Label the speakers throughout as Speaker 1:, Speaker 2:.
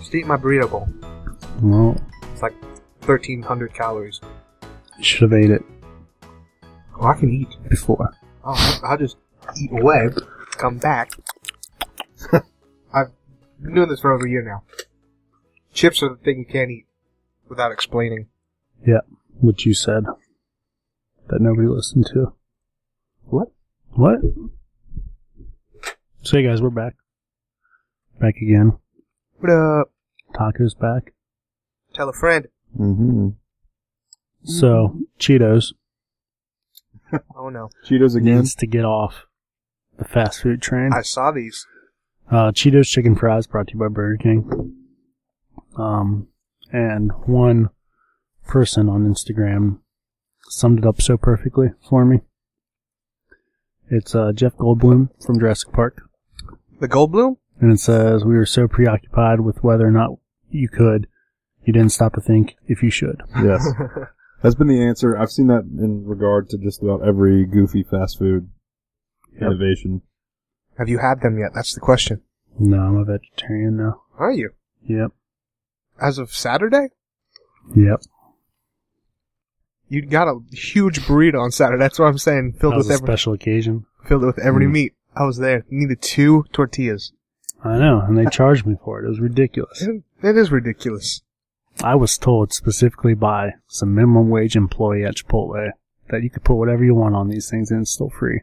Speaker 1: Just eat my burrito bowl.
Speaker 2: Well,
Speaker 1: 1,300 calories.
Speaker 2: you should have ate it
Speaker 1: Oh, I can eat.
Speaker 2: before.
Speaker 1: Oh, I- I'll just eat away, come back. I've been doing this for over a year now. Chips are the thing you can't eat without explaining.
Speaker 2: Yeah, what you said that nobody listened to.
Speaker 1: What?
Speaker 2: What? So, hey guys, we're back. Back again.
Speaker 1: What up?
Speaker 2: Taco's back.
Speaker 1: Tell a friend.
Speaker 3: Mm-hmm.
Speaker 2: So, Cheetos
Speaker 1: Oh no.
Speaker 3: Cheetos again.
Speaker 2: needs to get off the fast food train.
Speaker 1: I saw these.
Speaker 2: Uh, Cheetos chicken fries brought to you by Burger King. Um, and one person on Instagram summed it up so perfectly for me. It's uh, Jeff Goldblum from Jurassic Park,
Speaker 1: The Goldblum?
Speaker 2: and it says, "We were so preoccupied with whether or not you could, you didn't stop to think if you should."
Speaker 3: Yes, that's been the answer. I've seen that in regard to just about every goofy fast food
Speaker 2: Yep.
Speaker 3: innovation.
Speaker 1: Have you had them yet? That's the question.
Speaker 2: No, I'm a vegetarian now.
Speaker 1: Are you?
Speaker 2: Yep,
Speaker 1: As of Saturday?
Speaker 2: yep.
Speaker 1: You got a huge burrito on Saturday. That's what I'm saying.
Speaker 2: That
Speaker 1: Filled
Speaker 2: was
Speaker 1: with
Speaker 2: a
Speaker 1: every,
Speaker 2: special occasion.
Speaker 1: filled with every
Speaker 3: Mm.
Speaker 1: meat. I was there. Needed two tortillas.
Speaker 2: I know, and they charged me for it. It was ridiculous.
Speaker 1: It- it is ridiculous.
Speaker 2: I was told specifically by some minimum wage employee at Chipotle that you could put whatever you want on these things and it's still free.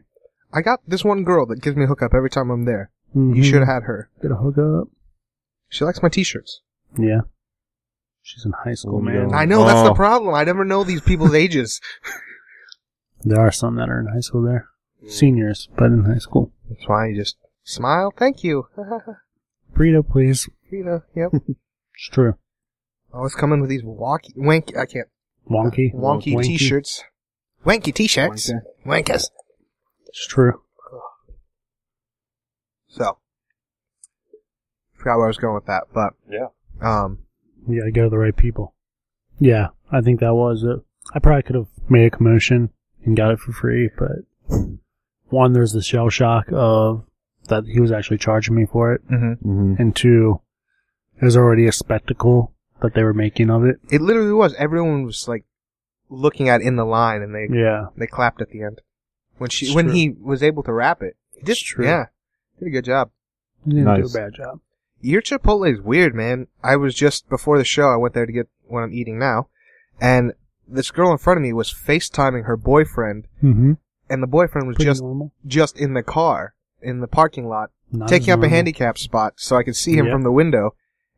Speaker 1: I got this one girl that gives me a hookup every time I'm there. You
Speaker 3: Mm-hmm.
Speaker 2: Mhm.
Speaker 1: should have had her.
Speaker 2: get a hook up.
Speaker 1: She likes my t-shirts.
Speaker 2: Yeah, she's in high school,
Speaker 3: Oh,
Speaker 2: man.
Speaker 3: no.
Speaker 1: I know that's the
Speaker 3: Oh.
Speaker 1: problem. I never know these people's ages.
Speaker 2: There are some that are in high school there,
Speaker 1: Mm.
Speaker 2: seniors, but in high school.
Speaker 1: That's why I just smile. Thank you.
Speaker 2: Burrito, please.
Speaker 1: you know, yep.
Speaker 2: It's true.
Speaker 1: Always come in with these wonky, wanky. I can't.
Speaker 2: Wonky.
Speaker 1: Wonky, t-shirts. Wanky t-shirts.
Speaker 3: Wanker.
Speaker 1: Wankers.
Speaker 2: It's true.
Speaker 1: So, forgot where I was going with that, but
Speaker 3: Yeah.
Speaker 1: um,
Speaker 2: You gotta go to the right people. Yeah, I think that was it. I probably could have made a commotion and got it for free, but one, there's the shell shock of that he was actually charging me for it.
Speaker 3: Mm-hmm.
Speaker 2: and two, it was already a spectacle that they were making of it.
Speaker 1: it literally was. Everyone was like looking at it in the line, and they
Speaker 2: Yeah,
Speaker 1: they clapped at the end when she
Speaker 2: It's
Speaker 1: when
Speaker 2: true.
Speaker 1: he was able to wrap it. He did,
Speaker 2: It's true.
Speaker 1: Yeah, did a good job.
Speaker 2: they didn't
Speaker 3: Nice.
Speaker 2: do a bad job.
Speaker 1: Your Chipotle is weird, man. I was just before the show. I went there to get what I'm eating now, and this girl in front of me was FaceTiming her boyfriend,
Speaker 2: Mm-hmm.
Speaker 1: and the boyfriend was
Speaker 2: Pretty
Speaker 1: just
Speaker 2: normal.
Speaker 1: just in the car in the parking lot,
Speaker 2: Not as
Speaker 1: taking up a
Speaker 2: normal.
Speaker 1: handicap spot so I could see him
Speaker 2: Yep.
Speaker 1: from the window,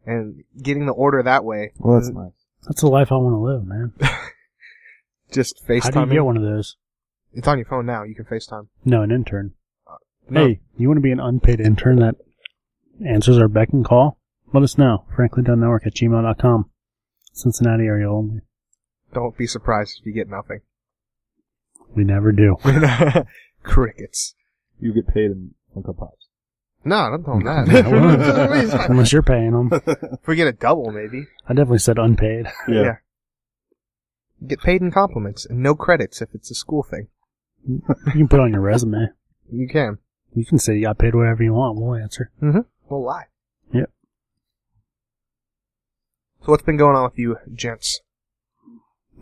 Speaker 1: and getting the order that way.
Speaker 3: Well, that's nice.
Speaker 2: That's the life I want to live, man.
Speaker 1: Just
Speaker 2: How do you
Speaker 1: FaceTiming.
Speaker 2: get one of those?
Speaker 1: It's on your phone now. You can FaceTime.
Speaker 2: No, an intern.
Speaker 1: No.
Speaker 2: Hey,
Speaker 3: Oh.
Speaker 2: you want to be an unpaid intern that answers our beck and call? Let us know. Franklin.network at gmail.com. Cincinnati area only.
Speaker 1: Don't be surprised if you get nothing.
Speaker 2: We never do.
Speaker 1: Crickets.
Speaker 3: You get paid in Funko Pops.
Speaker 1: No, I'm telling
Speaker 2: I won't.
Speaker 1: that.
Speaker 2: Unless you're paying them.
Speaker 1: if we get a double, maybe.
Speaker 2: I definitely said unpaid.
Speaker 3: Yeah.
Speaker 1: Get paid in compliments and no credits if it's a school thing.
Speaker 2: You can put it on your resume.
Speaker 1: You can.
Speaker 2: You can say you got paid whatever you want. We'll answer.
Speaker 1: Mm-hmm. We'll lie.
Speaker 2: Yep.
Speaker 1: So what's been going on with you, gents?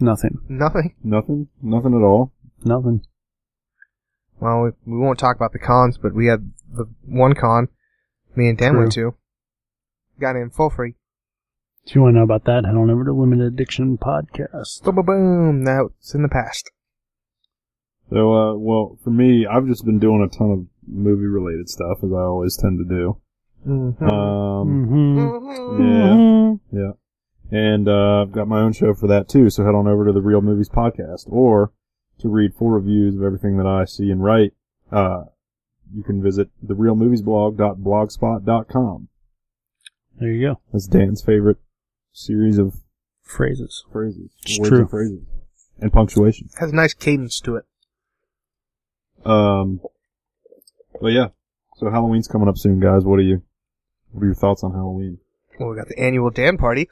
Speaker 2: Nothing.
Speaker 1: Nothing.
Speaker 3: Nothing. Nothing at all.
Speaker 2: Nothing.
Speaker 1: Well, we, we won't talk about the cons, but we had the one con. Me and Dan went to. Got in full free.
Speaker 2: If you want to know about that, head on over to Limited Addiction Podcast.
Speaker 1: Boom, boom, boom. Now it's in the past.
Speaker 3: So, uh, well, for me, I've just been doing a ton of movie-related stuff, as I always tend to do. Um,
Speaker 2: Mm-hmm.
Speaker 1: Uh,
Speaker 3: yeah. Yeah. And uh, I've got my own show for that too, so head on over to the Real Movies Podcast. Or to read full reviews of everything that I see and write, uh, you can visit therealmoviesblog.blogspot.com.
Speaker 2: There you go.
Speaker 3: That's Dan's favorite series of
Speaker 2: Phrases.
Speaker 3: phrases.
Speaker 2: It's
Speaker 3: words
Speaker 2: true.
Speaker 3: And phrases. And punctuation.
Speaker 1: Has a nice cadence to it.
Speaker 3: Um, but yeah. So Halloween's coming up soon, guys. What are you? What are your thoughts on Halloween?
Speaker 1: Well, we got the annual Dan party.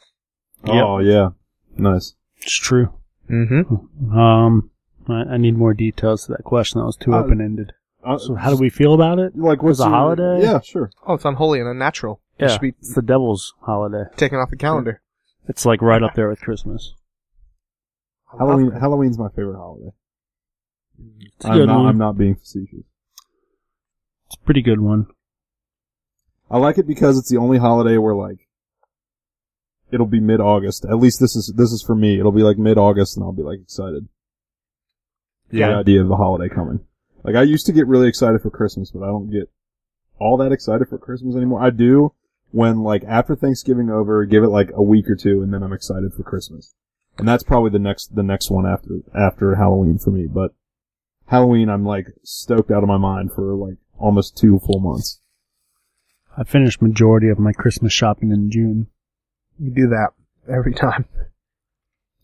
Speaker 2: Yep.
Speaker 3: Oh yeah, nice.
Speaker 2: It's true.
Speaker 1: Mm-hmm.
Speaker 2: Um, I, I need more details to that question. That was too
Speaker 3: Uh,
Speaker 2: open ended.
Speaker 3: Uh,
Speaker 2: So, how do we feel about it?
Speaker 3: like? What's
Speaker 2: As a
Speaker 3: your-
Speaker 2: holiday?
Speaker 3: Yeah, sure.
Speaker 1: Oh, it's unholy and unnatural. It
Speaker 2: Yeah,
Speaker 1: should be-
Speaker 2: it's the devil's holiday.
Speaker 1: Taken off the calendar.
Speaker 2: It's like right up there with Christmas.
Speaker 1: I love
Speaker 3: Halloween,
Speaker 1: it.
Speaker 3: Halloween's my favorite holiday.
Speaker 2: It's a
Speaker 3: I'm
Speaker 2: good
Speaker 3: not,
Speaker 2: one.
Speaker 3: I'm not being facetious.
Speaker 2: It's a pretty good one.
Speaker 3: I like it because it's the only holiday where like it'll be mid August. At least this is this is for me. It'll be like mid August, and I'll be like excited. for The idea of the holiday coming. Like I used to get really excited for Christmas, but I don't get all that excited for Christmas anymore. I do when like after Thanksgiving over, give it like a week or two, and then I'm excited for Christmas. And that's probably the next the next one after after Halloween for me. But Halloween, I'm like stoked out of my mind for like almost two full months.
Speaker 2: I finished majority of my Christmas shopping in June.
Speaker 1: You do that every time.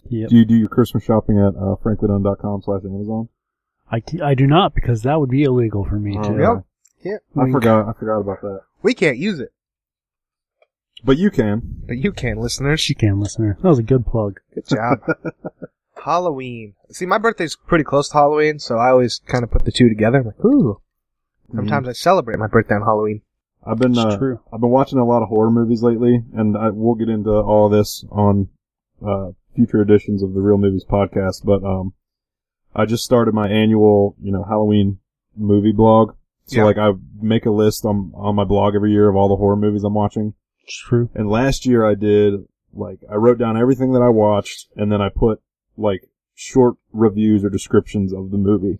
Speaker 2: Yep.
Speaker 3: Do you do your Christmas shopping at uh, franklydunn.com slash Amazon?
Speaker 2: I, c- I do not because that would be illegal for me
Speaker 3: Oh,
Speaker 2: to.
Speaker 3: yeah.
Speaker 1: Yep. Can't,
Speaker 3: I
Speaker 2: Wink.
Speaker 3: forgot. I forgot about that.
Speaker 1: we can't use it,
Speaker 3: But you can.
Speaker 1: but you can, listeners.
Speaker 2: She can, listener. That was a good plug.
Speaker 1: Good job. Halloween. See, my birthday's pretty close to Halloween, so I always kind of put the two together. I'm like, ooh. Sometimes I celebrate my birthday on Halloween.
Speaker 3: I've been.
Speaker 2: It's
Speaker 3: Uh,
Speaker 2: true.
Speaker 3: I've been watching a lot of horror movies lately, and I, we'll get into all this on uh, future editions of the Real Movies podcast. But um, I just started my annual, you know, Halloween movie blog. So
Speaker 1: Yeah.
Speaker 3: like, I make a list on on my blog every year of all the horror movies I'm watching.
Speaker 2: It's true.
Speaker 3: And last year I did like I wrote down everything that I watched and then I put like short reviews or descriptions of the movie.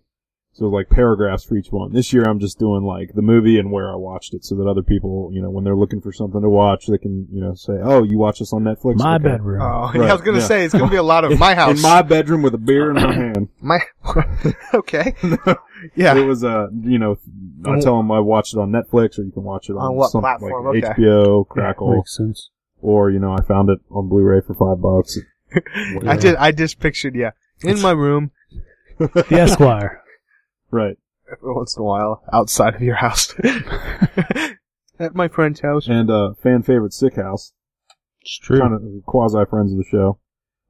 Speaker 3: So like paragraphs for each one. This year I'm just doing like the movie and where I watched it so that other people, you know, when they're looking for something to watch, they can, you know, say, "Oh, you watch this on Netflix?"
Speaker 2: My
Speaker 3: Okay.
Speaker 2: bedroom.
Speaker 1: Oh,
Speaker 3: Right,
Speaker 1: I was gonna
Speaker 3: yeah.
Speaker 1: say it's gonna be a lot of my house.
Speaker 3: In my bedroom with a beer in my hand.
Speaker 1: my okay. yeah.
Speaker 3: It was uh, you know, I tell them I watched it on Netflix or you can watch it on,
Speaker 1: On what
Speaker 3: something
Speaker 1: platform?
Speaker 3: like
Speaker 1: Okay.
Speaker 3: HBO, Crackle,
Speaker 2: Makes sense.
Speaker 3: or you know, I found it on Blu-ray for 5 bucks.
Speaker 1: I did. I just pictured yeah in my room
Speaker 2: The Esquire.
Speaker 3: Right.
Speaker 1: every once in a while outside of your house at my friend's house.
Speaker 3: and uh, fan favorite Sick House,
Speaker 2: It's true.
Speaker 3: kind of quasi friends of the show.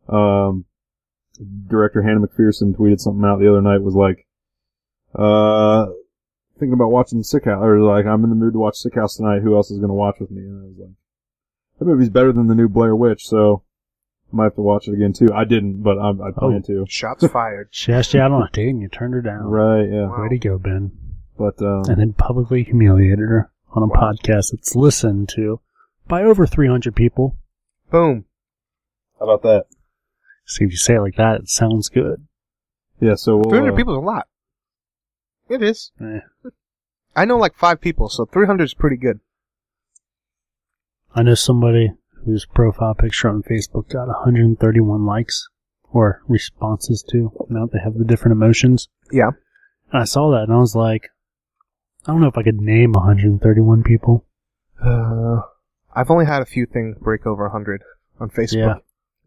Speaker 3: Um, director Hannah McPherson tweeted something out the other night was like, uh, thinking about watching Sick House, or like I'm in the mood to watch Sick House tonight. Who else is gonna watch with me? And I was like, that movie's better than the new Blair Witch, so I might have to watch it again too. I didn't, but I, I plan to.
Speaker 1: Shots fired.
Speaker 2: She asked you out on a date and you turned her down.
Speaker 3: Right, yeah,
Speaker 2: Way to go, Ben.
Speaker 3: but um,
Speaker 2: And then publicly humiliated her on a
Speaker 1: Wow.
Speaker 2: podcast that's listened to by over 300 people.
Speaker 1: Boom.
Speaker 3: how about that?
Speaker 2: So if you say it like that, it sounds good.
Speaker 3: Yeah, so we'll,
Speaker 1: Three hundred
Speaker 3: uh,
Speaker 1: people's a lot. It is.
Speaker 2: Eh.
Speaker 1: I know like five people, so three hundred is pretty good.
Speaker 2: I know somebody whose profile picture on Facebook got 131 likes or responses to. Now they have the different emotions.
Speaker 1: Yeah.
Speaker 2: And I saw that and I was like, I don't know if I could name 131 people.
Speaker 1: Uh, I've only had a few things break over 100 on Facebook.
Speaker 2: Yeah.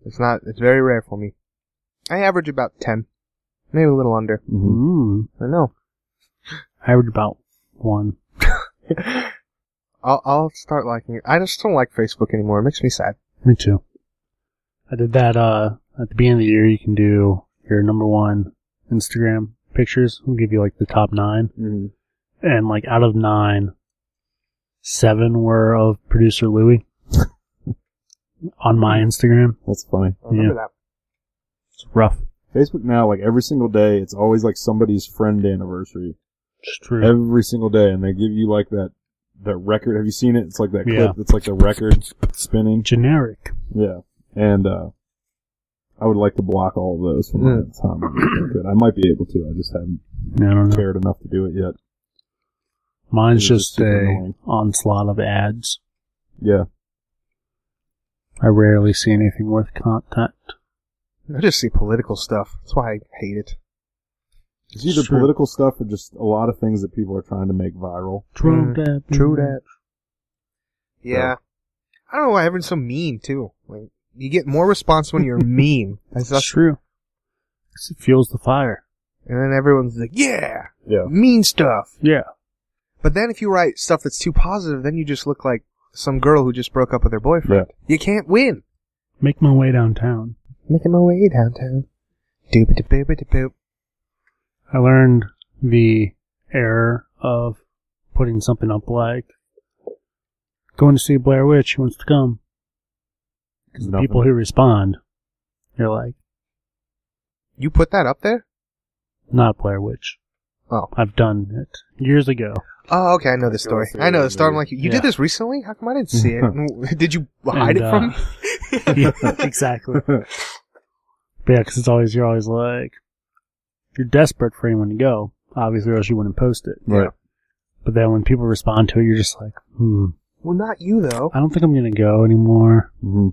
Speaker 1: It's not, it's very rare for me. I average about 10. Maybe a little under.
Speaker 3: mhm.
Speaker 2: Mm.
Speaker 1: I know.
Speaker 2: I average about one.
Speaker 1: I'll, I'll start liking it. I just don't like Facebook anymore. It makes me sad.
Speaker 2: Me too. I did that uh at the beginning of the year you can do your number one Instagram pictures. We'll give you like the top nine.
Speaker 3: Mhm.
Speaker 2: And like out of nine, seven were of producer Louie on my Instagram.
Speaker 3: that's funny.
Speaker 1: I remember
Speaker 2: It's rough.
Speaker 3: Facebook now, like every single day, it's always like somebody's friend anniversary.
Speaker 2: It's true.
Speaker 3: Every single day, and they give you like that that record. Have you seen it? It's like that clip.
Speaker 2: Yeah.
Speaker 3: It's like the record spinning.
Speaker 2: Generic.
Speaker 3: Yeah, and uh I would like to block all of those from my time. if I could. I might be able to. I just haven't
Speaker 2: I don't know.
Speaker 3: cared enough to do it yet.
Speaker 2: Mine's
Speaker 3: It was
Speaker 2: just
Speaker 3: super
Speaker 2: a
Speaker 3: annoying.
Speaker 2: onslaught of ads.
Speaker 3: Yeah,
Speaker 2: I rarely see anything worth content.
Speaker 1: that. I just see political stuff. That's why I hate it.
Speaker 3: it's either
Speaker 2: True.
Speaker 3: political stuff or just a lot of things that people are trying to make viral.
Speaker 2: True
Speaker 1: Mm,
Speaker 2: that.
Speaker 1: True that. Yeah.
Speaker 3: Yeah.
Speaker 1: I don't know why everyone's so mean, too. Like, you get more response when you're mean. That's,
Speaker 2: That's
Speaker 1: that's,
Speaker 2: true. 'Cause It fuels the fire.
Speaker 1: and then everyone's like, yeah,
Speaker 3: Yeah,
Speaker 1: mean stuff.
Speaker 2: Yeah.
Speaker 1: But then if you write stuff that's too positive, then you just look like some girl who just broke up with her boyfriend. You can't win.
Speaker 2: Make my way downtown.
Speaker 1: Making my way downtown. Doop de boop de boop.
Speaker 2: I learned the error of putting something up like going to see Blair Witch. Who wants to come? Because the
Speaker 3: Nothing.
Speaker 2: people who respond, you're like,
Speaker 1: You put that up there?
Speaker 2: not Blair Witch.
Speaker 1: Oh.
Speaker 2: I've done it years ago.
Speaker 1: Oh, okay. I know this
Speaker 3: Go
Speaker 1: story.
Speaker 3: see
Speaker 1: I know
Speaker 3: the
Speaker 1: the story. I'm
Speaker 3: movie.
Speaker 1: like, you
Speaker 2: Yeah.
Speaker 1: did this recently? How come I didn't see it? did you hide
Speaker 2: And,
Speaker 1: it
Speaker 2: uh,
Speaker 1: from me?
Speaker 2: yeah, exactly. But yeah, because it's always you're always like you're desperate for anyone to go, obviously, or else you wouldn't post it.
Speaker 3: Right.
Speaker 2: But then when people respond to it, you're just like, hmm,
Speaker 1: Well, not you though.
Speaker 2: I don't think I'm gonna go anymore.
Speaker 3: hmm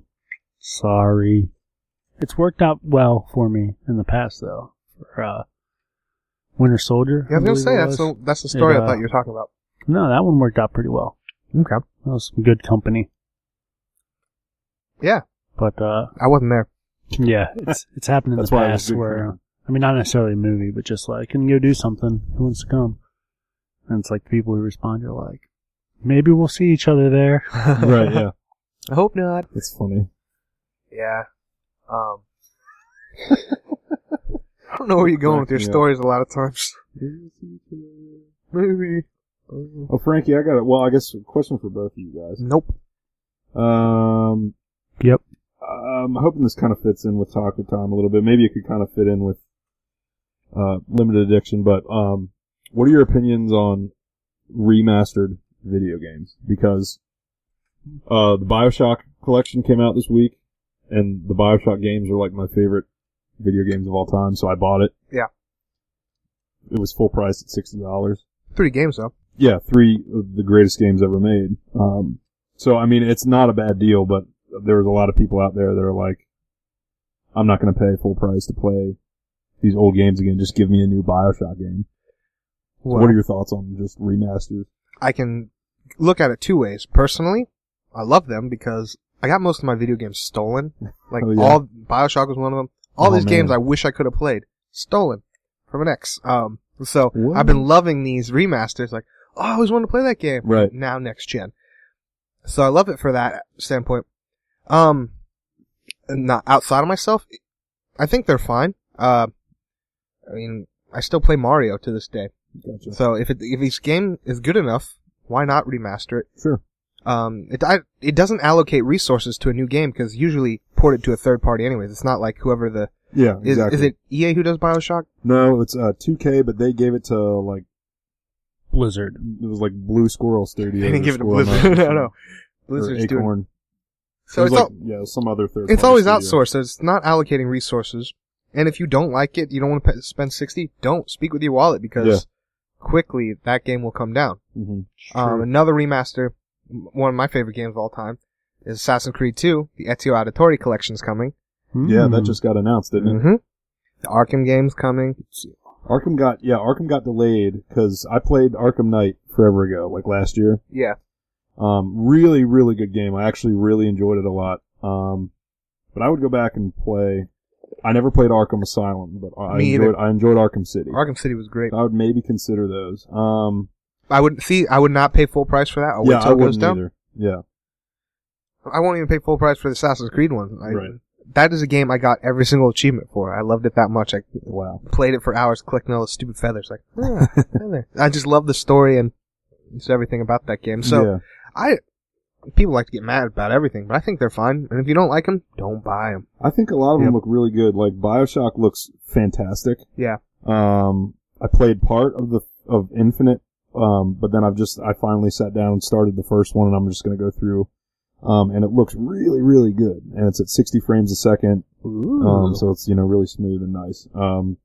Speaker 2: Sorry. It's worked out well for me in the past, though. For uh, Winter Soldier.
Speaker 1: Yeah, I was gonna
Speaker 2: believe
Speaker 1: say
Speaker 2: it
Speaker 1: that's
Speaker 2: was.
Speaker 1: the that's the story
Speaker 2: It,
Speaker 1: I
Speaker 2: uh,
Speaker 1: thought you were talking about.
Speaker 2: no, that one worked out pretty well.
Speaker 1: Okay.
Speaker 2: That was some good company.
Speaker 1: Yeah,
Speaker 2: But uh,
Speaker 1: I wasn't there.
Speaker 2: yeah, it's it's happened in
Speaker 3: That's
Speaker 2: the
Speaker 3: why it was a
Speaker 2: past
Speaker 3: good
Speaker 2: where
Speaker 3: company.
Speaker 2: I mean, not necessarily a movie, but just like, can you go do something? Who wants to come? And it's like the people who respond are like, maybe we'll see each other there.
Speaker 3: right. Yeah.
Speaker 1: I hope not.
Speaker 3: It's funny.
Speaker 1: Yeah. Um. I don't know where you're going with your
Speaker 3: Yeah.
Speaker 1: stories a lot of times. Maybe.
Speaker 3: Oh, Frankie, I got it. Well, I guess a question for both of you guys.
Speaker 1: Nope.
Speaker 3: Um,
Speaker 2: Yep.
Speaker 3: I'm hoping this kind of fits in with Taco Time a little bit. Maybe it could kind of fit in with uh, Limited Addiction, but um, what are your opinions on remastered video games? Because uh, the Bioshock collection came out this week, and the Bioshock games are like my favorite video games of all time, so I bought it.
Speaker 1: Yeah.
Speaker 3: It was full price at sixty dollars
Speaker 1: Three games though.
Speaker 3: yeah, three of the greatest games ever made. Um, so I mean, it's not a bad deal, but there was a lot of people out there that are like, I'm not going to pay full price to play these old games again. Just give me a new Bioshock game. So
Speaker 1: Well,
Speaker 3: what are your thoughts on just remasters?
Speaker 1: I can look at it two ways. Personally, I love them because I got most of my video games stolen. Like
Speaker 3: Oh, yeah.
Speaker 1: all Bioshock was one of them. All
Speaker 3: Oh,
Speaker 1: these
Speaker 3: man.
Speaker 1: games I wish I could have played stolen from an ex. Um, so
Speaker 3: What?
Speaker 1: I've been loving these remasters. Like, oh, I always wanted to play that game.
Speaker 3: Right.
Speaker 1: now next gen. So I love it for that standpoint. Um, not outside of myself, I think they're fine. Uh, I mean, I still play Mario to this day.
Speaker 3: Gotcha.
Speaker 1: So if it, if this game is good enough, why not remaster it?
Speaker 3: Sure.
Speaker 1: Um, it I, it doesn't allocate resources to a new game because usually port it to a third party anyways. It's not like whoever the
Speaker 3: Yeah.
Speaker 1: is
Speaker 3: exactly.
Speaker 1: is it EA who does Bioshock?
Speaker 3: No, it's uh, 2K, but they gave it to like
Speaker 2: Blizzard.
Speaker 3: it was like Blue Squirrel Studio.
Speaker 1: They didn't give it to Blizzard. no, no, Blizzard's doing. it.
Speaker 3: Acorn.
Speaker 1: So
Speaker 3: it was
Speaker 1: it's
Speaker 3: like,
Speaker 1: all,
Speaker 3: yeah, it was some other third.
Speaker 1: It's always
Speaker 3: party studio.
Speaker 1: outsourced. so It's not allocating resources. And if you don't like it, you don't want to pe- spend 60, don't speak with your wallet because
Speaker 3: Yeah.
Speaker 1: quickly that game will come down.
Speaker 3: Mhm.
Speaker 1: Um, another remaster, m- one of my favorite games of all time, is Assassin's Creed 2. The Ezio Auditore collection's coming.
Speaker 3: Yeah, that
Speaker 1: Mm.
Speaker 2: Hmm.
Speaker 3: just got announced, didn't it?
Speaker 1: Mm-hmm. The Arkham game's coming.
Speaker 3: Arkham got yeah, Arkham got delayed because I played Arkham Knight forever ago, like last year.
Speaker 1: Yeah.
Speaker 3: Um, really, really good game. I actually really enjoyed it a lot. Um, but I would go back and play. I never played Arkham Asylum, but I
Speaker 1: Me
Speaker 3: enjoyed
Speaker 1: either.
Speaker 3: I enjoyed Arkham City.
Speaker 1: Arkham City was great.
Speaker 3: I would maybe consider those. Um,
Speaker 1: I would see. I would not pay full price for that. I'll Oh, wait
Speaker 3: yeah, I
Speaker 1: till it goes
Speaker 3: wouldn't
Speaker 1: down.
Speaker 3: either. Yeah,
Speaker 1: I won't even pay full price for the Assassin's Creed one. I,
Speaker 3: Right.
Speaker 1: That is a game I got every single achievement for. I loved it that much. I
Speaker 3: wow.
Speaker 1: played it for hours, collecting all the stupid feathers. Like, "Ah, feather." I just love the story and just everything about that game. So
Speaker 3: yeah,
Speaker 1: I, people like to get mad about everything, but I think they're fine. And if you don't like them, don't buy them.
Speaker 3: I think a lot of
Speaker 2: Yep.
Speaker 3: them look really good. Like Bioshock looks fantastic.
Speaker 1: Yeah.
Speaker 3: Um, I played part of the of Infinite, um, but then I've just I finally sat down and started the first one, and I'm just gonna go through. Um, and it looks really, really good, and it's at 60 frames a second, um, so it's you know really smooth and nice. Um,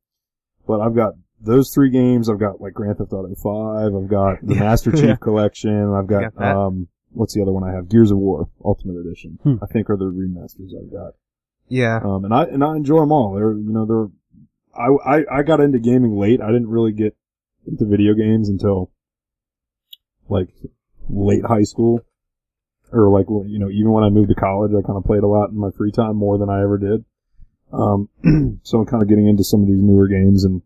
Speaker 3: but I've got those three games. I've got like Grand Theft Auto 5. I've got the
Speaker 1: Yeah.
Speaker 3: Master Chief
Speaker 2: Yeah.
Speaker 3: Collection. I've
Speaker 1: Got
Speaker 3: got,
Speaker 1: that.
Speaker 3: um, what's the other one I have? Gears of War Ultimate Edition.
Speaker 2: Hmm.
Speaker 3: I think are the remasters I've got.
Speaker 1: yeah.
Speaker 3: Um, and I and I enjoy them all. They're you know they're I, I I got into gaming late. I didn't really get into video games until like late high school, or like well, you know even when I moved to college, I kind of played a lot in my free time more than I ever did. Um, so I'm kind of getting into some of these newer games and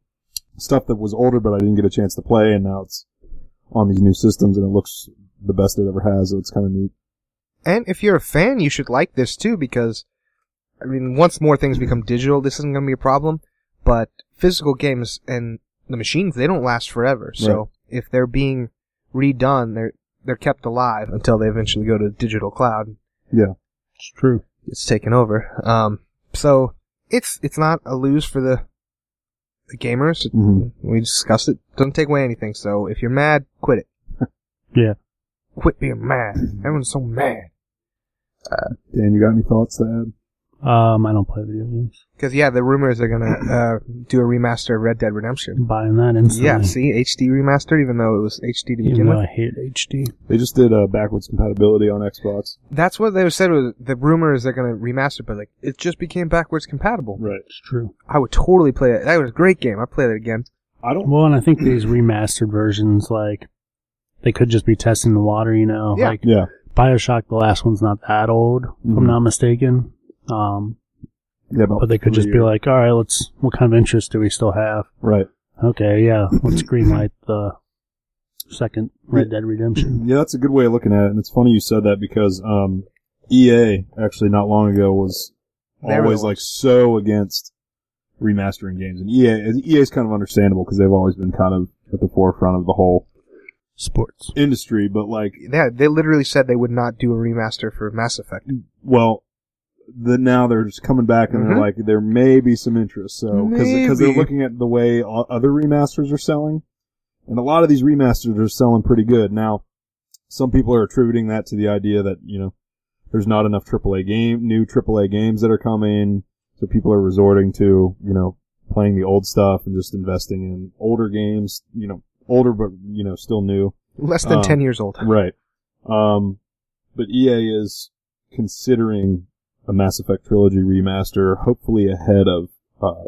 Speaker 3: stuff that was older, but I didn't get a chance to play, and now it's on these new systems, and it looks the best it ever has. So it's kind of neat.
Speaker 1: And if you're a fan, you should like this too because, I mean, once more things become digital, this isn't going to be a problem. But physical games and the machines, they don't last forever. So if they're being redone, they're they're kept alive until they eventually go to digital cloud.
Speaker 2: It's true.
Speaker 1: It's taken over. Um, so it's it's not a lose for the the gamers.
Speaker 3: Mm-hmm.
Speaker 1: We discussed it. Doesn't take away anything. So if you're mad, quit it.
Speaker 2: Yeah.
Speaker 1: Quit being mad. Everyone's so mad.
Speaker 3: Dan, you got any thoughts to add?
Speaker 2: Um, I don't play video games.
Speaker 1: Because yeah, the rumor is they're gonna uh, do a remaster of Red Dead Redemption.
Speaker 2: Buying that instantly.
Speaker 1: Yeah, see, HD remaster, even though it was HD to
Speaker 2: Even
Speaker 1: begin
Speaker 2: though
Speaker 1: with.
Speaker 2: I hate HD.
Speaker 3: They just did uh, backwards compatibility on Xbox.
Speaker 1: That's what they said. Was the rumor is they're gonna remaster, but like it just became backwards compatible.
Speaker 3: Right.
Speaker 2: It's true.
Speaker 1: I would totally play it. That was a great game. I played it again.
Speaker 3: I don't.
Speaker 2: Well, and I think these remastered versions, like, they could just be testing the water, you know?
Speaker 1: Yeah. Mm-hmm.
Speaker 2: Like,
Speaker 3: Yeah,
Speaker 2: Bioshock, the last one's not that old, if
Speaker 3: Mhm.
Speaker 2: I'm not mistaken. Um,
Speaker 3: yeah, about
Speaker 2: but they could
Speaker 3: three
Speaker 2: just be
Speaker 3: years.
Speaker 2: like, all right, let's, what kind of interest do we still have?
Speaker 3: right.
Speaker 2: Okay, yeah, let's
Speaker 1: Mm-hmm.
Speaker 2: greenlight the second Red Dead
Speaker 1: Mm-hmm.
Speaker 2: Redemption.
Speaker 3: Yeah, that's a good way of looking at it, and it's funny you said that because um, EA actually not long ago was
Speaker 1: They were
Speaker 3: always
Speaker 1: the
Speaker 3: like so against remastering games, and EA EA's kind of understandable because they've always been kind of at the forefront of the whole
Speaker 2: Sports.
Speaker 3: industry. But like,
Speaker 1: Yeah, they literally said they would not do a remaster for Mass Effect.
Speaker 3: well, the now they're just coming back and
Speaker 1: Mhm.
Speaker 3: they're like, there may be some interest, so because they're
Speaker 1: Maybe.
Speaker 3: looking at the way o- other remasters are selling, and a lot of these remasters are selling pretty good now. Some people are attributing that to the idea that you know there's not enough AAA game, new AAA games that are coming, so people are resorting to you know playing the old stuff and just investing in older games, you know, older but you know still new.
Speaker 1: Less than
Speaker 3: Um,
Speaker 1: 10 years old.
Speaker 3: Right. Um, but EA is considering a Mass Effect trilogy remaster, hopefully ahead of uh,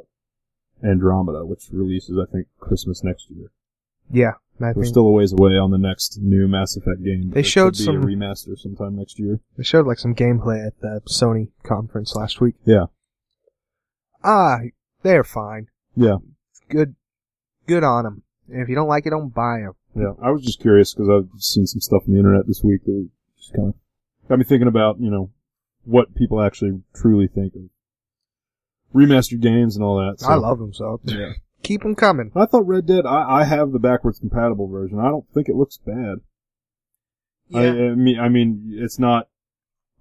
Speaker 3: Andromeda, which releases I think Christmas next year.
Speaker 1: Yeah, I
Speaker 3: We're
Speaker 1: think
Speaker 3: still a ways away on the next new Mass Effect game. but
Speaker 1: They
Speaker 3: there
Speaker 1: showed
Speaker 3: could be
Speaker 1: some-
Speaker 3: a remaster sometime next year.
Speaker 1: they showed like some gameplay at the Sony conference last week.
Speaker 3: Yeah,
Speaker 1: Ah, they're fine.
Speaker 3: yeah,
Speaker 1: Good, good on them. If you don't like it, don't buy them.
Speaker 3: yeah. I was just curious because I've seen some stuff on the internet this week that just kind of got me thinking about you know what people actually truly think of remastered games and all that. So.
Speaker 1: I love them, so
Speaker 3: Yeah.
Speaker 1: keep them coming.
Speaker 3: I thought Red Dead. I, I have the backwards compatible version. I don't think it looks bad. I, uh, I mean, I mean, it's not.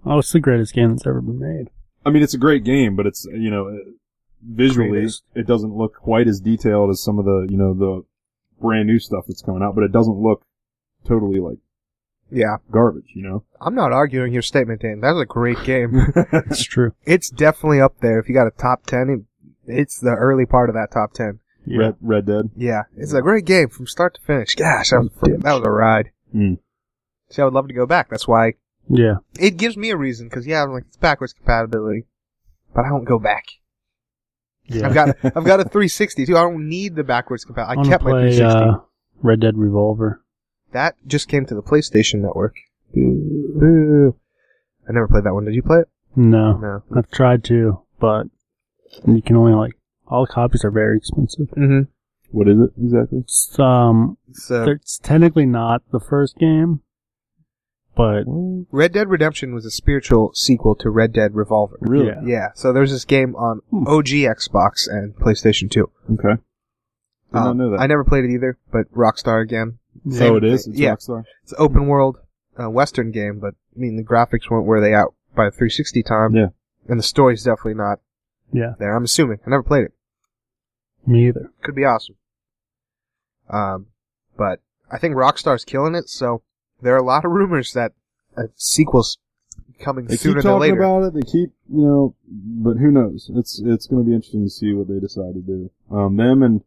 Speaker 2: Oh, it's the greatest game that's ever been made.
Speaker 3: I mean, it's a great game, but it's you know, uh, visually,
Speaker 2: Greatest.
Speaker 3: it doesn't look quite as detailed as some of the you know the brand new stuff that's coming out. But it doesn't look totally like
Speaker 1: yeah.
Speaker 3: garbage, you know.
Speaker 1: I'm not arguing your statement, Dan. That was a great game.
Speaker 2: It's true.
Speaker 1: it's definitely up there. If you got a top 10, it, it's the early part of that top 10.
Speaker 2: Yeah.
Speaker 3: Red Red Dead.
Speaker 1: Yeah. It's a great game from start to finish. Gosh, that was,
Speaker 2: Redemption.
Speaker 1: that was a ride.
Speaker 3: Mm.
Speaker 1: See, I would love to go back. That's why
Speaker 2: Yeah.
Speaker 1: it gives me a reason because yeah, I'm like it's backwards compatibility, but I don't go back.
Speaker 2: Yeah.
Speaker 1: I've got I've got a 360 too. I don't need the backwards compatibility. I
Speaker 2: wanna
Speaker 1: kept my
Speaker 2: play,
Speaker 1: 360.
Speaker 2: uh, Red Dead Revolver.
Speaker 1: that just came to the PlayStation Network. Boo. I never played that one. Did you play it?
Speaker 2: No,
Speaker 1: No.
Speaker 2: I've tried to, but you can only like all copies are very expensive.
Speaker 1: Mm-hmm.
Speaker 3: What is it exactly?
Speaker 2: It's um,
Speaker 1: So
Speaker 2: it's technically not the first game, but
Speaker 1: Red Dead Redemption was a spiritual sequel to Red Dead Revolver.
Speaker 3: Really?
Speaker 2: Yeah.
Speaker 1: Yeah. So there's this game on
Speaker 3: Hmm.
Speaker 1: OG Xbox and PlayStation 2.
Speaker 3: Okay. Did
Speaker 2: Um,
Speaker 3: not know that.
Speaker 1: I never played it either, but Rockstar again.
Speaker 3: so it is.
Speaker 1: thing.
Speaker 3: It's
Speaker 1: Yeah.
Speaker 3: Rockstar.
Speaker 1: it's an open world uh, western game, but I mean the graphics weren't where they out by the 360
Speaker 2: Um,
Speaker 1: time.
Speaker 3: Yeah.
Speaker 1: And the story's definitely not
Speaker 2: yeah,
Speaker 1: there. I'm assuming. I never played it.
Speaker 2: me either.
Speaker 1: Could be awesome. Um, but I think Rockstar's killing it. So there are a lot of rumors that a sequel's coming
Speaker 3: They keep
Speaker 1: sooner
Speaker 3: talking
Speaker 1: than later.
Speaker 3: about it. They keep, you know, but who knows? It's it's going to be interesting to see what they decide to do. Um, them and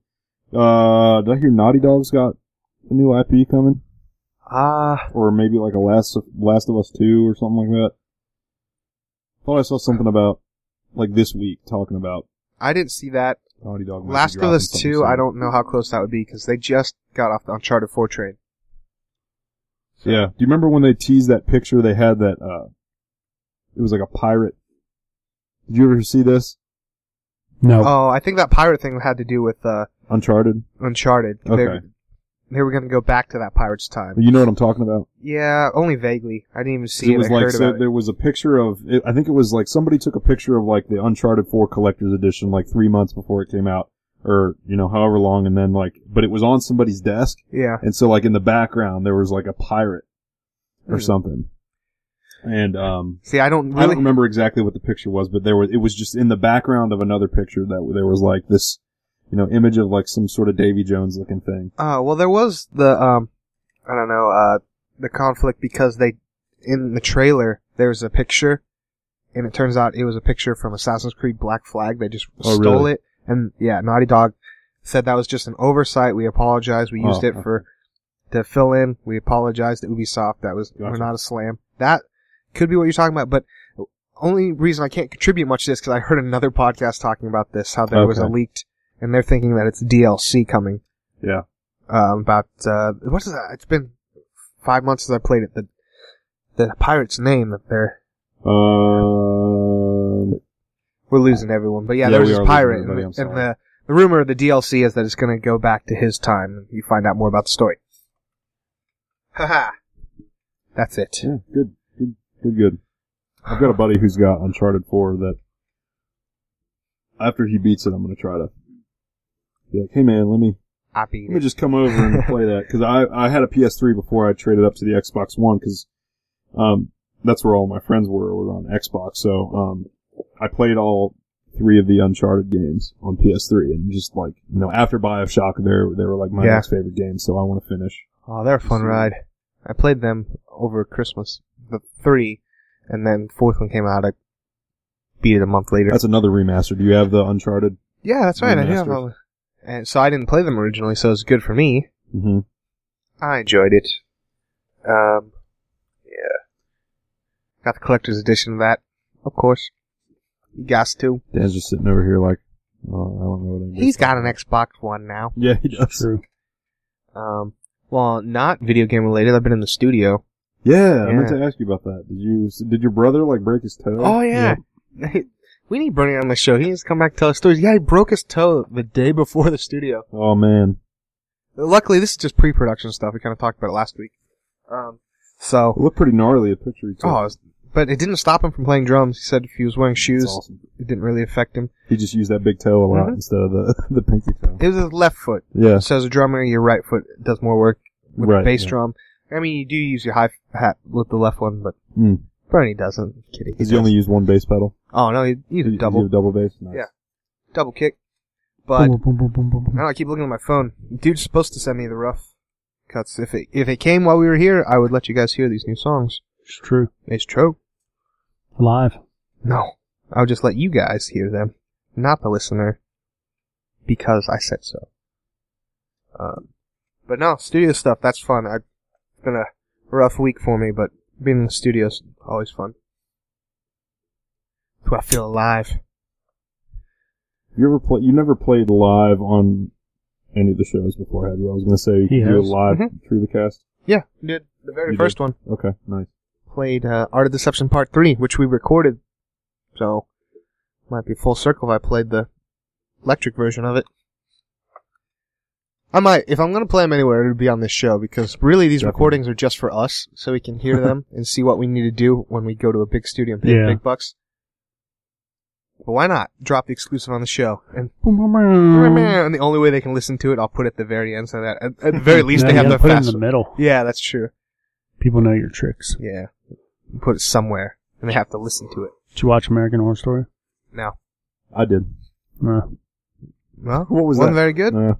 Speaker 3: uh, did I hear Naughty Dog's got a new IP coming,
Speaker 1: Ah,
Speaker 3: or maybe like a Last of- Last of Us Two or something like that. Thought I saw something about like this week talking about
Speaker 1: I didn't see that.
Speaker 3: Naughty Dog. might be
Speaker 1: Last of
Speaker 3: dropping
Speaker 1: Us
Speaker 3: something
Speaker 1: 2. I
Speaker 3: soon.
Speaker 1: don't know how close that would be because they just got off the Uncharted 4 train.
Speaker 3: Yeah. Do you remember when they teased that picture? They had that. uh It was like a pirate. Did you ever see this?
Speaker 2: No,
Speaker 1: Oh, I think that pirate thing had to do with uh,
Speaker 3: Uncharted.
Speaker 1: Uncharted. They're-
Speaker 3: Okay.
Speaker 1: They were going to go back to that pirate's time.
Speaker 3: You know what I'm talking about.
Speaker 1: Yeah, only vaguely. I didn't even see it.
Speaker 3: it was
Speaker 1: I
Speaker 3: like
Speaker 1: heard
Speaker 3: so
Speaker 1: about it.
Speaker 3: there was a picture of it, I think it was like somebody took a picture of like the Uncharted 4 collector's edition like 3 months before it came out or you know however long and then like but it was on somebody's desk
Speaker 1: Yeah,
Speaker 3: and so like in the background there was like a pirate or
Speaker 1: Hmm.
Speaker 3: something. And um,
Speaker 1: See, I don't
Speaker 3: I
Speaker 1: really.
Speaker 3: don't remember exactly what the picture was, but there was it was just in the background of another picture that there was like this, you know, image of like some sort of Davy Jones looking thing.
Speaker 1: Uh, well, there was the um, I don't know, uh, the conflict because they in the trailer there was a picture, and it turns out it was a picture from Assassin's Creed Black Flag. They just
Speaker 3: Oh,
Speaker 1: stole
Speaker 3: really?
Speaker 1: it, and yeah, Naughty Dog said that was just an oversight. We apologize. We used
Speaker 3: Oh,
Speaker 1: it for to fill in. We apologize to Ubisoft. That was we're
Speaker 3: Gotcha.
Speaker 1: not a slam. That could be what you're talking about, but. Only reason I can't contribute much to this because I heard another podcast talking about this, how there was a
Speaker 3: Okay.
Speaker 1: leaked, and they're thinking that it's DLC coming
Speaker 3: Yeah.
Speaker 1: um, about uh, what is that? It's been five months since I played it. The the pirate's name that they're
Speaker 3: Um.
Speaker 1: we're losing everyone, but yeah,
Speaker 3: Yeah,
Speaker 1: there was
Speaker 3: we
Speaker 1: this
Speaker 3: are losing
Speaker 1: pirate,
Speaker 3: everybody, I'm
Speaker 1: and, the-
Speaker 3: sorry.
Speaker 1: and the the rumor of the DLC is that it's going to go back to his time. You find out more about the story. Haha. That's it.
Speaker 3: Yeah. Good. Good. Good. Good. I've got a buddy who's got Uncharted Four that after he beats it, I'm gonna try to be like, hey man, let me
Speaker 1: I beat
Speaker 3: Let me
Speaker 1: it.
Speaker 3: just come over and play that because I, I had a PS3 before I traded up to the Xbox One because um, that's where all my friends were were on Xbox. So um, I played all three of the Uncharted games on PS3 and just like you know after Bioshock, they were- they were like my
Speaker 1: Yeah.
Speaker 3: next favorite game. So I want to finish.
Speaker 1: Oh, they're a fun ride. I played them over Christmas, the three, and then fourth one came out. I beat it a month later.
Speaker 3: That's another remaster. Do you have the Uncharted?
Speaker 1: yeah, that's right. I do have
Speaker 3: Remasters.
Speaker 1: all. And so I didn't play them originally, so it's good for me.
Speaker 3: Mm-hmm.
Speaker 1: I enjoyed it. Um, yeah. Got the collector's edition of that, of course. You guys too.
Speaker 3: Dan's just sitting over here like oh, I don't know what I'm
Speaker 1: He's got an Xbox One now.
Speaker 3: Yeah, he does.
Speaker 2: True.
Speaker 1: Um, well, not video game related. I've been in the studio.
Speaker 3: Yeah, I meant
Speaker 1: Yeah.
Speaker 3: to ask you about that. Did you did your brother like break his toe?
Speaker 1: Oh yeah. We need Bernie on the show. He needs to come back and tell us stories. Yeah, he broke his toe the day before the studio.
Speaker 3: Oh man.
Speaker 1: Luckily, this is just pre-production stuff. We kind of talked about it last week. Um, so,
Speaker 3: It looked pretty gnarly. The picture he took.
Speaker 1: oh, it was- but it didn't stop him from playing drums. He said if he was wearing shoes,
Speaker 3: That's awesome.
Speaker 1: it didn't really affect him.
Speaker 3: He just used that big toe a lot
Speaker 1: Mhm.
Speaker 3: instead of the the pinky toe.
Speaker 1: It was his left foot.
Speaker 3: Yeah,
Speaker 1: So as a drummer, your right foot does more work with the
Speaker 3: Right,
Speaker 1: bass
Speaker 3: yeah.
Speaker 1: drum. I mean, you do use your high hat with the left one, but
Speaker 3: Mm.
Speaker 1: Bernie doesn't. I'm kidding.
Speaker 3: Does
Speaker 1: He
Speaker 3: he only use one bass pedal?
Speaker 1: does. Oh no, he he's
Speaker 3: Does
Speaker 1: a
Speaker 3: he-
Speaker 1: double
Speaker 3: does he have double bass. Nice.
Speaker 1: Yeah. double kick. But I
Speaker 2: Boom, boom, boom, boom, boom, boom.
Speaker 1: don't know, I keep looking at my phone. Dude's supposed to send me the rough cuts. If it if it came while we were here, I would let you guys hear these new songs.
Speaker 2: It's true.
Speaker 1: It's true.
Speaker 2: Live.
Speaker 1: No, I would just let you guys hear them, not the listener, because I said so. Um, but no, studio stuff, that's fun. I, it's been a rough week for me, but being in the studio's always fun. That's where I feel alive.
Speaker 3: You ever play? You never played live on any of the shows before, have you? I was gonna say you
Speaker 2: He
Speaker 3: can do it
Speaker 2: has.
Speaker 3: live
Speaker 1: Mhm.
Speaker 3: through the cast.
Speaker 1: Yeah, we did. The very
Speaker 3: You
Speaker 1: first one.
Speaker 3: Okay, nice.
Speaker 1: Played uh, Art of Deception Part 3, which we recorded. So, might be full circle if I played the electric version of it. I might, if I'm going to play them anywhere, it would be on this show because really these
Speaker 3: Definitely.
Speaker 1: recordings are just for us so we can hear them and see what we need to do when we go to a big studio and pay
Speaker 2: Yeah.
Speaker 1: the big bucks. But why not drop the exclusive on the show? And,
Speaker 2: Boom, boom, boom.
Speaker 1: and the only way they can listen to it, I'll put it at the very end so that at, at the very least
Speaker 2: No,
Speaker 1: they
Speaker 2: you
Speaker 1: have
Speaker 2: gotta
Speaker 1: the
Speaker 2: put it
Speaker 1: fast.
Speaker 2: in the middle.
Speaker 1: Yeah, that's true.
Speaker 2: People know your tricks.
Speaker 1: Yeah. Put it somewhere, and they have to listen to it.
Speaker 2: Did you watch American Horror Story?
Speaker 1: Now.
Speaker 3: I did.
Speaker 2: No.
Speaker 1: Well,
Speaker 3: What was
Speaker 1: wasn't
Speaker 3: that?
Speaker 1: very good.
Speaker 3: Uh,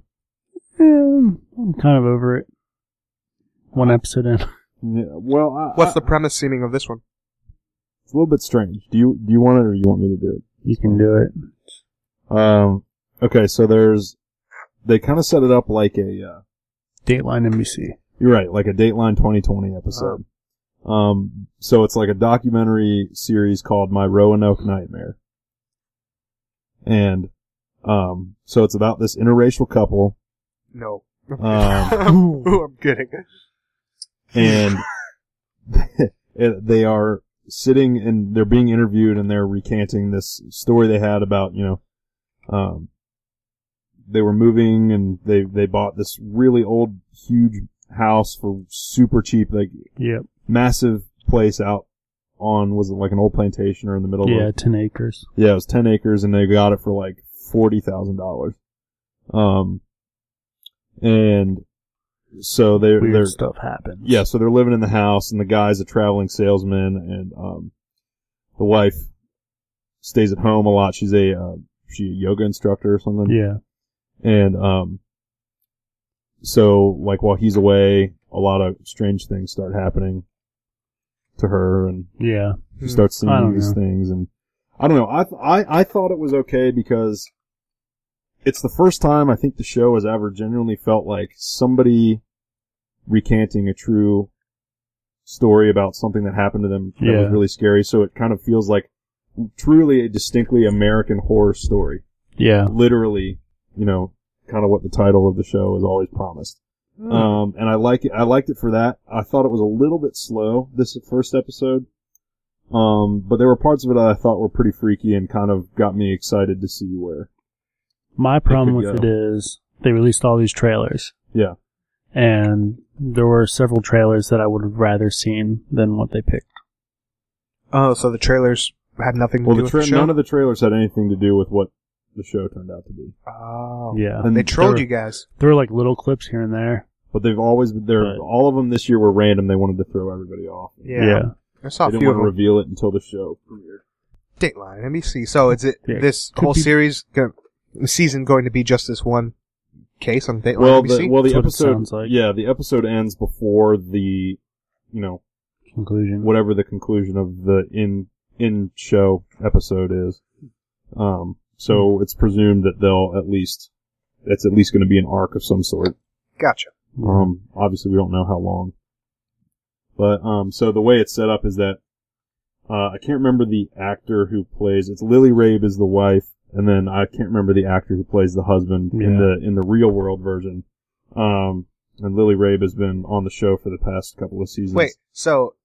Speaker 2: Yeah, I'm kind of over it. One episode in.
Speaker 3: yeah, well, I,
Speaker 1: What's the
Speaker 3: I-
Speaker 1: premise seeming of this one?
Speaker 3: It's a little bit strange. Do you do you want it or you want me to do it?
Speaker 2: You can do it.
Speaker 3: Um. Okay, so there's they kind of set it up like a. Uh,
Speaker 2: Dateline NBC.
Speaker 3: You're right, like a Dateline 2020 episode. Um, so it's like a documentary series called My Roanoke Nightmare. And, um, so it's about this interracial couple,
Speaker 1: No.
Speaker 3: um,
Speaker 1: Ooh, I'm kidding.
Speaker 3: and it- they are sitting and they're being interviewed and they're recanting this story they had about, you know, um, they were moving and they, they bought this really old, huge house for super cheap. Like,
Speaker 2: Yep.
Speaker 3: massive place out on was it like an old plantation or in the middle
Speaker 2: Yeah,
Speaker 3: of
Speaker 2: 10 acres.
Speaker 3: yeah it was 10 acres and they got it for like $40,000 um and so they're
Speaker 2: Weird
Speaker 3: they're
Speaker 2: stuff happens.
Speaker 3: yeah, so they're living in the house, and the guy's a traveling salesman, and um, the wife stays at home a lot. She's a uh, she a yoga instructor or something,
Speaker 2: Yeah.
Speaker 3: and um, so like while he's away, a lot of strange things start happening to her, and
Speaker 2: Yeah.
Speaker 3: she
Speaker 1: Hmm.
Speaker 3: starts
Speaker 2: I
Speaker 3: seeing
Speaker 2: don't
Speaker 3: these
Speaker 2: know.
Speaker 3: things, and I don't know. I, th- I I thought it was okay because it's the first time I think the show has ever genuinely felt like somebody recanting a true story about something that happened to them that
Speaker 2: Yeah.
Speaker 3: was really scary. So it kind of feels like truly a distinctly American horror story.
Speaker 2: Yeah.
Speaker 3: Literally, you know, kind of what the title of the show is always promised. Um, and I like it. I liked it for that. I thought it was a little bit slow this first episode. Um, but there were parts of it that I thought were pretty freaky and kind of got me excited to see where.
Speaker 2: My problem
Speaker 3: could
Speaker 2: with
Speaker 3: go.
Speaker 2: it is they released all these trailers,
Speaker 3: Yeah.
Speaker 2: and there were several trailers that I would have rather seen than what they picked.
Speaker 1: Oh, so the trailers had nothing to
Speaker 3: Well,
Speaker 1: do
Speaker 3: the
Speaker 1: with
Speaker 3: tra-
Speaker 1: the show.
Speaker 3: none of the trailers had anything to do with what the show turned out to be.
Speaker 1: oh,
Speaker 2: Yeah.
Speaker 3: And
Speaker 1: They trolled
Speaker 2: there-
Speaker 1: you guys.
Speaker 2: There were like little clips here and there.
Speaker 3: But they've always been there.
Speaker 2: Right.
Speaker 3: All of them this year were random. They wanted to throw everybody off.
Speaker 1: Yeah. I saw a
Speaker 3: They didn't
Speaker 1: few of
Speaker 3: want to
Speaker 1: them.
Speaker 3: reveal it until the show premiered.
Speaker 1: Dateline, NBC. So is it
Speaker 2: Yeah,
Speaker 1: this
Speaker 2: could
Speaker 1: whole
Speaker 2: be-
Speaker 1: series, go- season going to be just this one case on Dateline,
Speaker 3: Well,
Speaker 1: NBC?
Speaker 3: the, well, the
Speaker 2: That's what it
Speaker 3: episode,
Speaker 2: sounds like.
Speaker 3: yeah, the episode ends before the, you know,
Speaker 2: Conclusion.
Speaker 3: whatever the conclusion of the in in show episode is. Um,
Speaker 2: Hmm.
Speaker 3: so it's presumed that they'll at least it's at least going to be an arc of some sort.
Speaker 1: gotcha.
Speaker 3: Um, obviously we don't know how long, but um, so the way it's set up is that uh, I can't remember the actor who plays. It's Lily Rabe is the wife, and then I can't remember the actor who plays the husband in
Speaker 2: Yeah.
Speaker 3: the in the real world version. Um, and Lily Rabe has been on the show for the past couple of seasons.
Speaker 1: Wait, so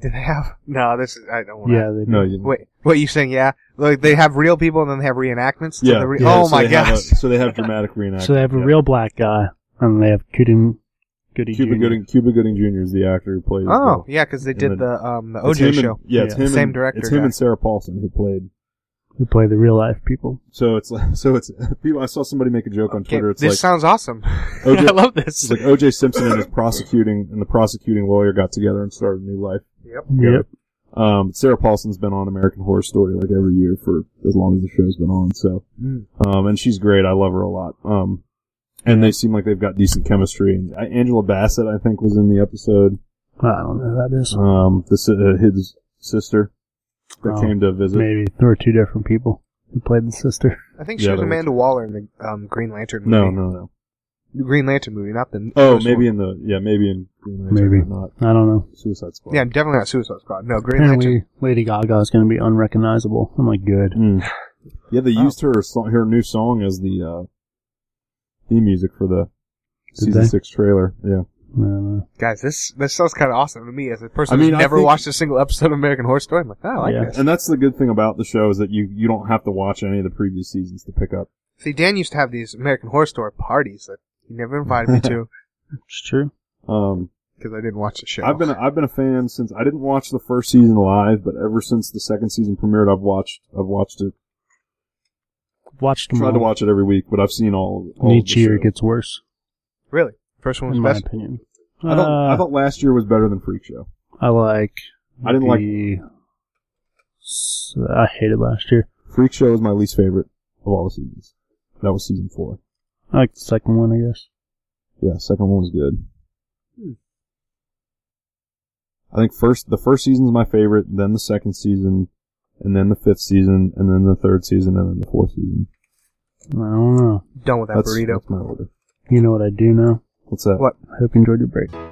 Speaker 1: did they have? No, this is I don't want.
Speaker 2: Yeah. They
Speaker 3: no, you,
Speaker 1: Wait, what you saying? Yeah, like they have real people and then they have reenactments. to
Speaker 3: Yeah.
Speaker 1: the re-
Speaker 2: yeah,
Speaker 1: oh
Speaker 3: so
Speaker 1: my
Speaker 3: they have
Speaker 1: gosh.
Speaker 3: a- so they have dramatic reenactment.
Speaker 2: So they have a
Speaker 3: yeah.
Speaker 2: real black guy, and they have Gooding, Goody
Speaker 3: Cuba
Speaker 2: Jr.
Speaker 3: Gooding. Cuba Gooding Jr. is the actor who plays.
Speaker 1: Oh
Speaker 3: the,
Speaker 1: yeah, because they
Speaker 3: And
Speaker 1: did
Speaker 3: then-
Speaker 1: the um the OJ
Speaker 3: it's him and-
Speaker 1: show.
Speaker 3: yeah, it's
Speaker 2: Yeah.
Speaker 3: him.
Speaker 1: Same
Speaker 3: and,
Speaker 1: director
Speaker 3: It's him
Speaker 1: guy.
Speaker 3: and Sarah Paulson who played.
Speaker 2: who play the real life people.
Speaker 3: So it's like, so it's people. I saw somebody make a joke on
Speaker 1: Okay,
Speaker 3: Twitter. It's
Speaker 1: this
Speaker 3: like
Speaker 1: sounds awesome.
Speaker 3: OJ
Speaker 1: I love
Speaker 3: it's
Speaker 1: this.
Speaker 3: like OJ Simpson and his prosecuting and the prosecuting lawyer got together and started a new life.
Speaker 1: Yep.
Speaker 3: Yep. Um, Sarah Paulson's been on American Horror Story like every year for as long as the show's been on. So,
Speaker 1: Mm.
Speaker 3: um, and she's great. I love her a lot. Um, and they seem like they've got decent chemistry. And uh, Angela Bassett, I think, was in the episode.
Speaker 2: I don't know who that is.
Speaker 3: um, the, si- uh, his sister that
Speaker 2: Oh,
Speaker 3: came to visit.
Speaker 2: Maybe there were two different people who played the sister.
Speaker 1: I think she
Speaker 3: Yeah,
Speaker 1: was
Speaker 3: that was-
Speaker 1: Amanda Waller in the um, Green Lantern movie.
Speaker 3: No, no, no.
Speaker 1: The Green Lantern movie, not the.
Speaker 3: Oh,
Speaker 1: first one.
Speaker 3: maybe in the yeah, maybe in Green Lantern,
Speaker 2: Maybe.
Speaker 3: but not
Speaker 2: I don't know.
Speaker 3: Suicide Squad.
Speaker 1: Yeah, definitely not Suicide Squad. No, Green Lantern.
Speaker 2: Apparently, Lady Gaga is going to be unrecognizable. I'm like, good.
Speaker 3: Mm. yeah. They
Speaker 1: Oh.
Speaker 3: used her song, her new song as the uh, theme music for the
Speaker 2: Did
Speaker 3: season
Speaker 2: they?
Speaker 3: six trailer. Yeah,
Speaker 2: Uh,
Speaker 1: Guys, this this sounds kind of awesome to me as a person
Speaker 3: I mean,
Speaker 1: who's
Speaker 3: I
Speaker 1: never
Speaker 3: think-
Speaker 1: watched a single episode of American Horror Story. I'm like, oh, I like
Speaker 2: Yeah.
Speaker 1: this.
Speaker 3: and that's the good thing about the show is that you you don't have to watch any of the previous seasons to pick up.
Speaker 1: See, Dan used to have these American Horror Story parties that he never invited me to
Speaker 2: it's true.
Speaker 3: Um,
Speaker 1: because I didn't watch the show.
Speaker 3: I've been a, I've been a fan since I didn't watch the first season live, but ever since the second season premiered, I've watched I've watched it.
Speaker 2: Watched them
Speaker 3: Tried to
Speaker 2: all.
Speaker 3: watch it every week, but I've seen all. all
Speaker 2: And
Speaker 3: of
Speaker 2: each
Speaker 3: the
Speaker 2: year
Speaker 3: shows.
Speaker 2: it gets worse,
Speaker 1: really first one was
Speaker 2: in my
Speaker 1: best.
Speaker 2: opinion.
Speaker 3: I thought,
Speaker 2: Uh,
Speaker 3: I thought last year was better than Freak Show.
Speaker 2: I like.
Speaker 3: I didn't like-
Speaker 2: the- s- I hated last year.
Speaker 3: Freak Show is my least favorite of all the seasons. That was season four.
Speaker 2: I like the second one, I guess.
Speaker 3: Yeah, second one was good.
Speaker 1: Hmm.
Speaker 3: I think first the first season's my favorite, then the second season, and then the fifth season, and then the third season, and then the fourth season.
Speaker 2: I don't know.
Speaker 1: Done with that
Speaker 3: that's,
Speaker 1: burrito.
Speaker 3: that's my order.
Speaker 2: You know what I do know?
Speaker 3: What's that?
Speaker 1: What?
Speaker 2: I hope you enjoyed your break.